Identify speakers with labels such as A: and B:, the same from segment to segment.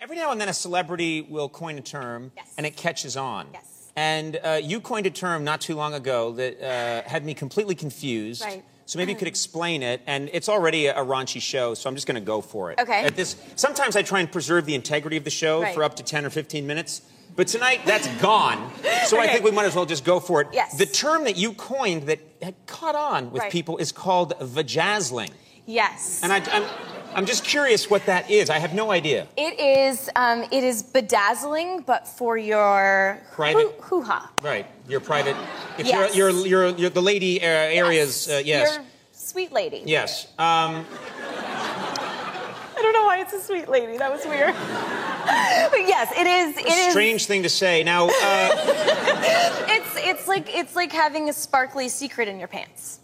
A: Every now and then, a celebrity will coin a term, and it catches on. Yes. And uh, you coined a term not too long ago that uh, had me completely confused.
B: Right. Uh-huh.
A: So maybe you could explain it. And it's already a, a raunchy show, so I'm just going to go for it.
B: Okay.
A: At this, sometimes I try and preserve the integrity of the show
B: Right.
A: for up to 10 or 15 minutes. But tonight, that's gone. So I
B: Okay.
A: think we might as well just go for it.
B: Yes.
A: The term that you coined that had caught on with
B: Right.
A: people is called vajazzling.
B: Yes.
A: And I, I'm, I'm just curious what that is. I have no idea.
B: it is um, it is bedazzling, but for your
A: Private-
B: hoo ha.
A: Right, your private. If
B: Yes.
A: you're, you're, you're, you're the lady uh, areas, yes. Uh, yes.
B: Your sweet lady.
A: Yes. Um,
B: I don't know why it's a sweet lady. That was weird. but yes, it is. It is.
A: strange thing to say. Now, uh,
B: It's it's like it's like having a sparkly secret in your pants.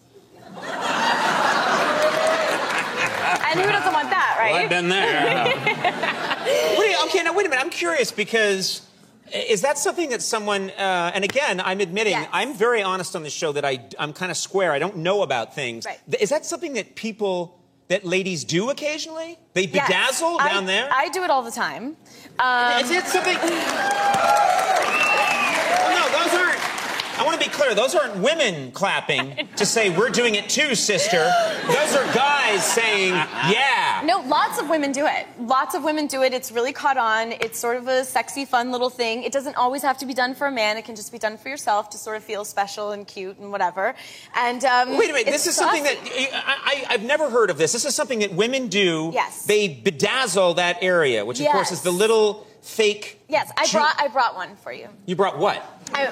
B: and who doesn't want that, right?
A: I've been there. What do you- okay, now wait a minute. I'm curious because is that something that someone? Uh, and again, I'm admitting
B: Yes.
A: I'm very honest on this show that I I'm kind of square. I don't know about things.
B: Right.
A: Th- Is that something that people that ladies do occasionally? They
B: Yes.
A: bedazzle
B: I-
A: down there.
B: I do it all the time. Um,
A: Is it something? oh, no, those aren't. I want to be clear. Those aren't women clapping to say we're doing it too, sister. Those are guys saying, yeah.
B: No, lots of women do it. Lots of women do it. It's really caught on. It's sort of a sexy, fun little thing. It doesn't always have to be done for a man. It can just be done for yourself to sort of feel special and cute and whatever. And um,
A: Wait a minute.
B: it's
A: This is something that
B: saucy.
A: I, I, I've never heard of. This. This is something that women do.
B: Yes.
A: They bedazzle that area, which of course
B: Yes.
A: is the little fake.
B: Yes, I
A: ju-
B: brought I brought one for you.
A: You brought what?
B: I,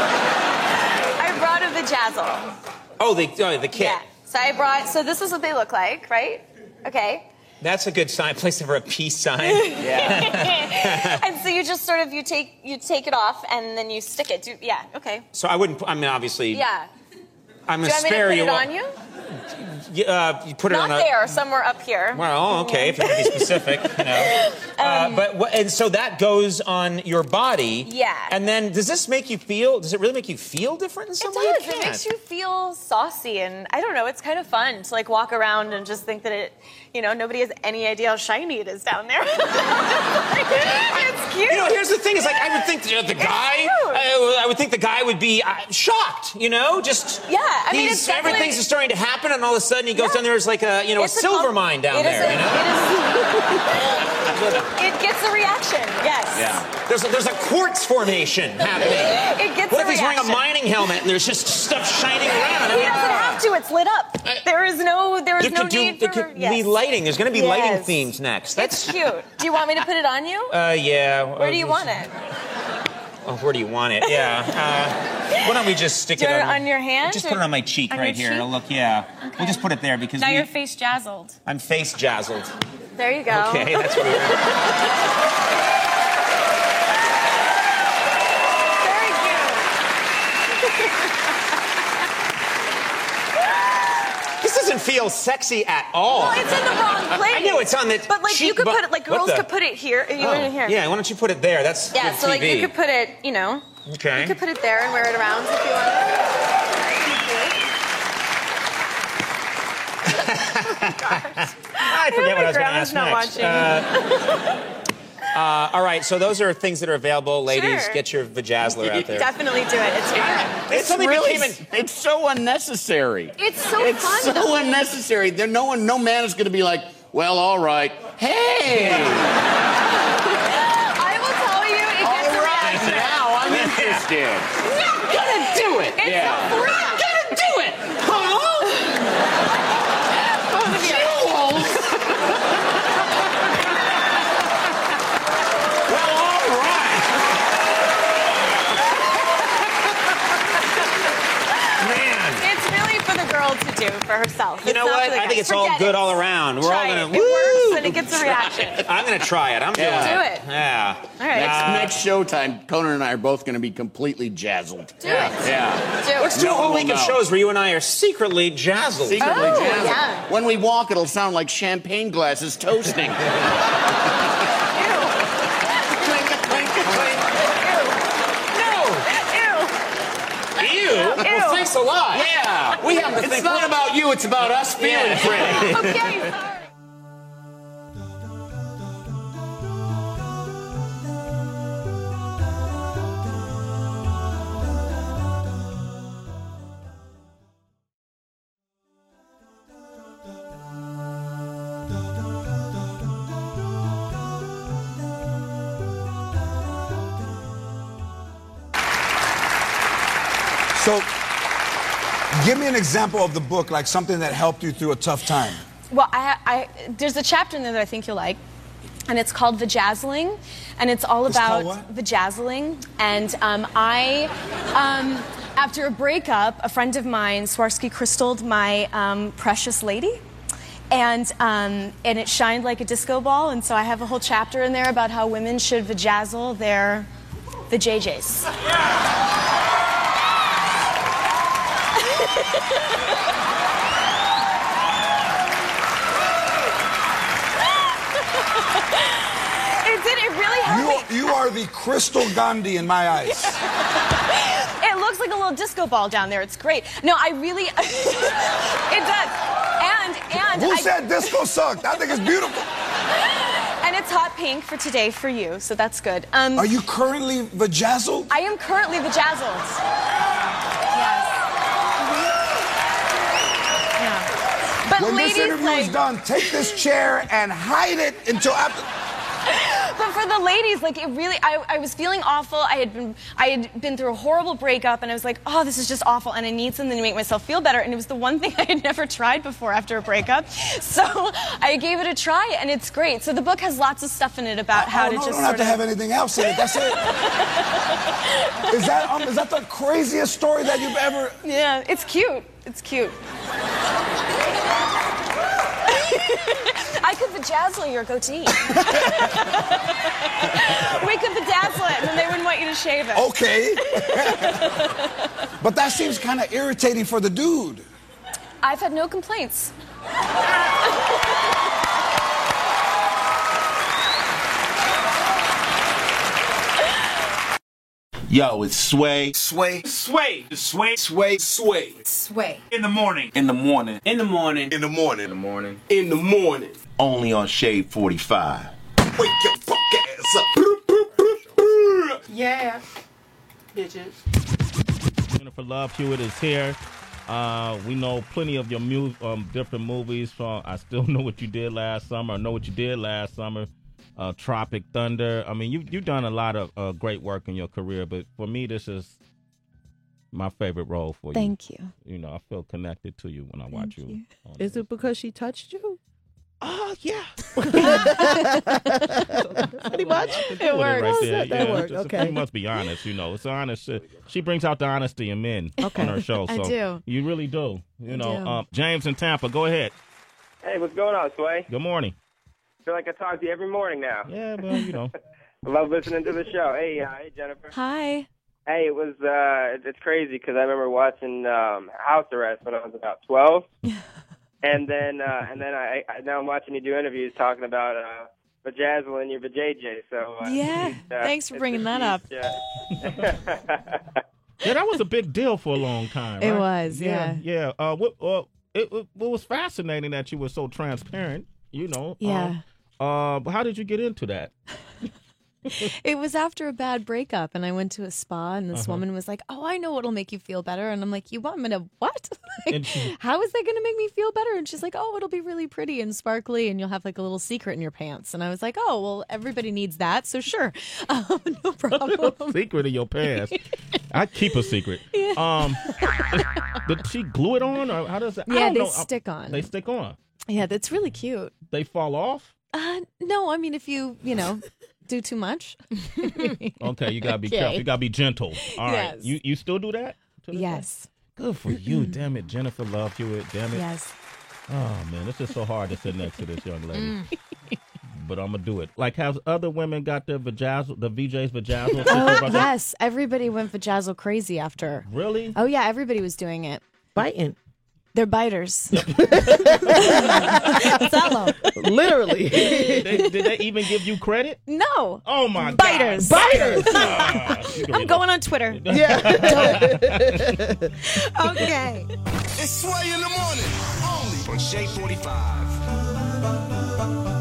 B: I brought a vajazzle.
A: Oh, the oh, the kit.
B: Yeah. So I brought. So this is what they look like, right? Okay.
A: That's a good sign. Place for a peace sign.
B: and so you just sort of you take you take it off and then you stick it. Do, yeah. Okay.
A: so I wouldn't. I mean, obviously.
B: Yeah.
A: I'm
B: Do
A: gonna
B: you want me to
A: spare
B: put it
A: all-
B: on you?
A: Y- Uh, you put
B: Not
A: it on a.
B: there, somewhere up here.
A: Well, okay, if you want to be specific, you know. uh, but what, and so that goes on your body.
B: Um, Yeah.
A: And then does this make you feel? Does it really make you feel different in some
B: It
A: way?
B: does. It makes you feel saucy, and I don't know. It's kind of fun to like walk around and just think that it, you know, nobody has any idea how shiny it is down there. it's cute.
A: You know, here's the thing: is like I would think the, the guy.
B: cute.
A: I, I would think the guy would be uh, shocked. You know, just
B: Yeah, I mean,
A: he's-
B: it's definitely-
A: everything's just starting to happen, and all of a sudden he goes down there. It's like a you know a
B: It's a
A: silver
B: com-
A: mine down
B: it is
A: there.
B: a-
A: you know.
B: It, is, it gets a reaction. Yes.
A: There's a, there's a quartz formation happening.
B: It gets
A: what
B: a
A: if he's wearing a
B: reaction.
A: mining helmet and there's just stuff shining around?
B: He doesn't have to. It's lit up. There is no. There is
A: It
B: no
A: could do.
B: need
A: it
B: for.
A: could
B: yes.
A: be lighting. There's going to be lighting
B: Yes.
A: themes next. That's
B: It's cute. Do you want me to put it on you?
A: Uh, yeah.
B: Where do you want it?
A: Oh, where do you want it? Yeah. Uh, why don't we just stick
B: Do you
A: it
B: want
A: on,
B: it on your hand
A: Just
B: or-
A: put it on my cheek
B: on
A: right
B: your
A: here.
B: cheek?
A: It'll Look, yeah. We'll just put it there because
C: Now
A: we-
C: your face jazzled.
A: I'm face jazzled.
B: There you go.
A: Okay, that's weird.
B: Very cute.
A: this isn't feel sexy at all.
B: Well, it's in the wrong place.
A: I know it's on the
B: But like you could
A: cheekbone-
B: put it, like
A: What
B: girls
A: the-
B: could put it here. You
A: Oh,
B: want it here.
A: Yeah, why don't you put it there? That's
B: Yeah.
A: good
B: So like you
A: TV.
B: could put it, you know,
A: Okay.
B: you could put it there and wear it around if you want.
A: Ah, I forget what I was going to ask next. Uh, all right, so those are things that are available, ladies.
B: Sure.
A: Get your vajazzler out there.
B: Definitely do it. It's fun.
A: It suddenly
C: really,
A: became an-
C: it's so unnecessary.
B: It's so
C: it's
B: fun,
C: so
B: though.
C: unnecessary. There, no one, no man is going to be like, well, all right, hey,
B: I will tell you, it
C: all
B: gets a
C: right,
B: reaction.
C: now I'm interested. I'm gonna do it.
B: It's
C: yeah.
B: so fun.
C: I'm gonna do it, huh? Jewels. well, all right.
A: Man.
B: It's really for the girl to do for herself.
A: You know
B: not
A: what?
B: for the
A: I think
B: guys.
A: it's all
B: Forget
A: good
B: it.
A: all around. We're
B: Try
A: all gonna.
B: it. It
A: Woo!
B: works and it gets a reaction.
A: I'm gonna try it. I'm doing
C: Yeah.
B: Do
A: it.
B: it.
A: Yeah.
B: All right.
C: Next, next showtime, Conan and I are both going to be completely jazzled.
B: Do
C: yeah.
B: it.
C: Yeah.
B: Do it.
A: Let's do a
C: No,
A: whole week of
C: no.
A: shows where you and I are secretly jazzled.
C: Secretly
B: Oh,
C: jazzled.
B: yeah.
C: When we walk, it'll sound like champagne glasses toasting.
A: Ew. Well, thanks a lot.
C: yeah.
A: We have to
C: It's
A: think.
C: not about you. It's about us feeling pretty.
B: Okay, sorry.
D: So, give me an example of the book, like something that helped you through a tough time.
B: Well, I, I, there's a chapter in there that I think you'll like, and it's called Vajazzling, and it's all
D: It's
B: about
D: called what?
B: vajazzling. And um, I, um, after a breakup, a friend of mine, Swarovski, crystalled my um, precious lady. And, um, and it shined like a disco ball, and so I have a whole chapter in there about how women should vajazzle their vajayjays. It did, it really helped me.
D: You, you are the crystal Gandhi in my eyes.
B: It looks like a little disco ball down there. It's great. No, I really. it does. And and
D: Who
B: I,
D: said disco sucked? I think it's beautiful.
B: and it's hot pink for today for you, so that's good. Um,
D: Are you currently vajazzled?
B: I am currently the jazzled. Yes. Mhm. Yeah. But
D: When
B: ladies,
D: this interview
B: like,
D: is done, take this chair and hide it until after.
B: but for the ladies, like it really, I, I was feeling awful. I had been, I had been through a horrible breakup, and I was like, oh, this is just awful, and I need something to make myself feel better. And it was the one thing I had never tried before after a breakup, so I gave it a try, and it's great. So the book has lots of stuff in it about how
D: oh,
B: to
D: no,
B: just
D: don't have
B: sort
D: to
B: of.
D: have anything else in it. That's it. is that um, is that the craziest story that you've ever?
B: yeah, it's cute. It's cute. I could bedazzle your goatee. we could bedazzle it, and then they wouldn't want you to shave it.
D: Okay. but that seems kind of irritating for the dude.
B: I've had no complaints.
C: Yo, it's Sway.
E: Sway. Sway. Sway. Sway. Sway.
F: Sway.
E: In the morning. In the morning. In the morning. In the morning. In the morning. In the morning.
C: Only on Shade 45.
E: Wake your fuck ass up. Brr, brr, brr, brr.
F: Yeah. Bitches.
G: Jennifer Love Hewitt is here. Uh, we know plenty of your mu- um, different movies from I Still Know What You Did Last Summer, I Know What You Did Last Summer, uh, Tropic Thunder. I mean, you've, you've done a lot of uh, great work in your career, but for me, this is my favorite role for
H: Thank
G: you.
H: you.
G: You know, I feel connected to you when I watch you. on
F: Is
G: this.
F: it because she touched you?
G: Oh, yeah.
F: Pretty much.
G: It
F: worked.
G: Right
F: Oh,
G: there.
F: that- that
G: yeah,
F: worked.
G: Just-
F: Okay.
G: You must be honest. You know, it's honest. She, she brings out the honesty in men
H: Okay.
G: on her show.
H: I
G: So
H: do.
G: You really do. You
H: I
G: know,
H: do.
G: Um, James in Tampa. Go ahead.
I: Hey, what's going on, Sway?
G: Good morning.
I: feel like I talk to you every morning now.
G: Yeah, well, you know.
I: Love listening to the show. Hey, uh, hey, Jennifer.
H: Hi.
I: Hey, it was uh, it- it's crazy because I remember watching um, House Arrest when I was about twelve,
J: And then uh, and then I, I now I'm watching you do interviews talking about uh, vajazzle and your vajayjay. So uh,
B: Yeah,
J: it's, uh,
B: thanks for
J: it's
B: bringing
J: a
B: that up.
J: huge, uh,
G: Yeah, that was a big deal for a long time.
B: It
G: right?
B: was,
G: yeah. Uh, what, uh, it, it what was fascinating that you were so transparent. You know.
B: Yeah.
G: Um, uh, but how did you get into that?
B: it was after a bad breakup, and I went to a spa, and this
G: Uh-huh.
B: woman was like, "Oh, I know what'll make you feel better," and I'm like, "You want me to what?
G: And she-
B: How is that going to make me feel better?" And she's like, "Oh, it'll be really pretty and sparkly, and you'll have like a little secret in your pants." And I was like, "Oh, well, everybody needs that, so sure, um, no problem."
G: secret in your pants. I keep a secret. Um, did she glue it on, or how does it? I
B: Yeah,
G: don't
B: they
G: know. Uh,
B: stick on.
G: They stick on.
B: yeah, that's really cute.
G: They fall off.
B: Uh, no, I mean, if you you know do too much,
G: Okay, you gotta be
B: Okay.
G: careful. You gotta be gentle. All right.
B: Yes.
G: You you still do that?
B: yes, Mm-hmm.
G: Good for you. Damn it, Jennifer Love Hewitt. Damn it.
B: yes.
G: Oh man, it's just so hard to sit next to this young lady.
B: Mm.
G: But I'm gonna do it. Like, has other women got their vajazzle, the VJ's vajazzle?
B: Oh yes, everybody went for Jazzle crazy after.
G: Really?
B: Oh yeah, everybody was doing it.
K: Biting.
B: They're biters.
K: Literally.
G: did, they, did they even give you credit?
B: No.
G: Oh my
B: Biters.
G: God. Ah,
B: Biters.
G: Biters.
B: I'm going on Twitter.
D: okay. It's Sway in the morning, only on Shade 45.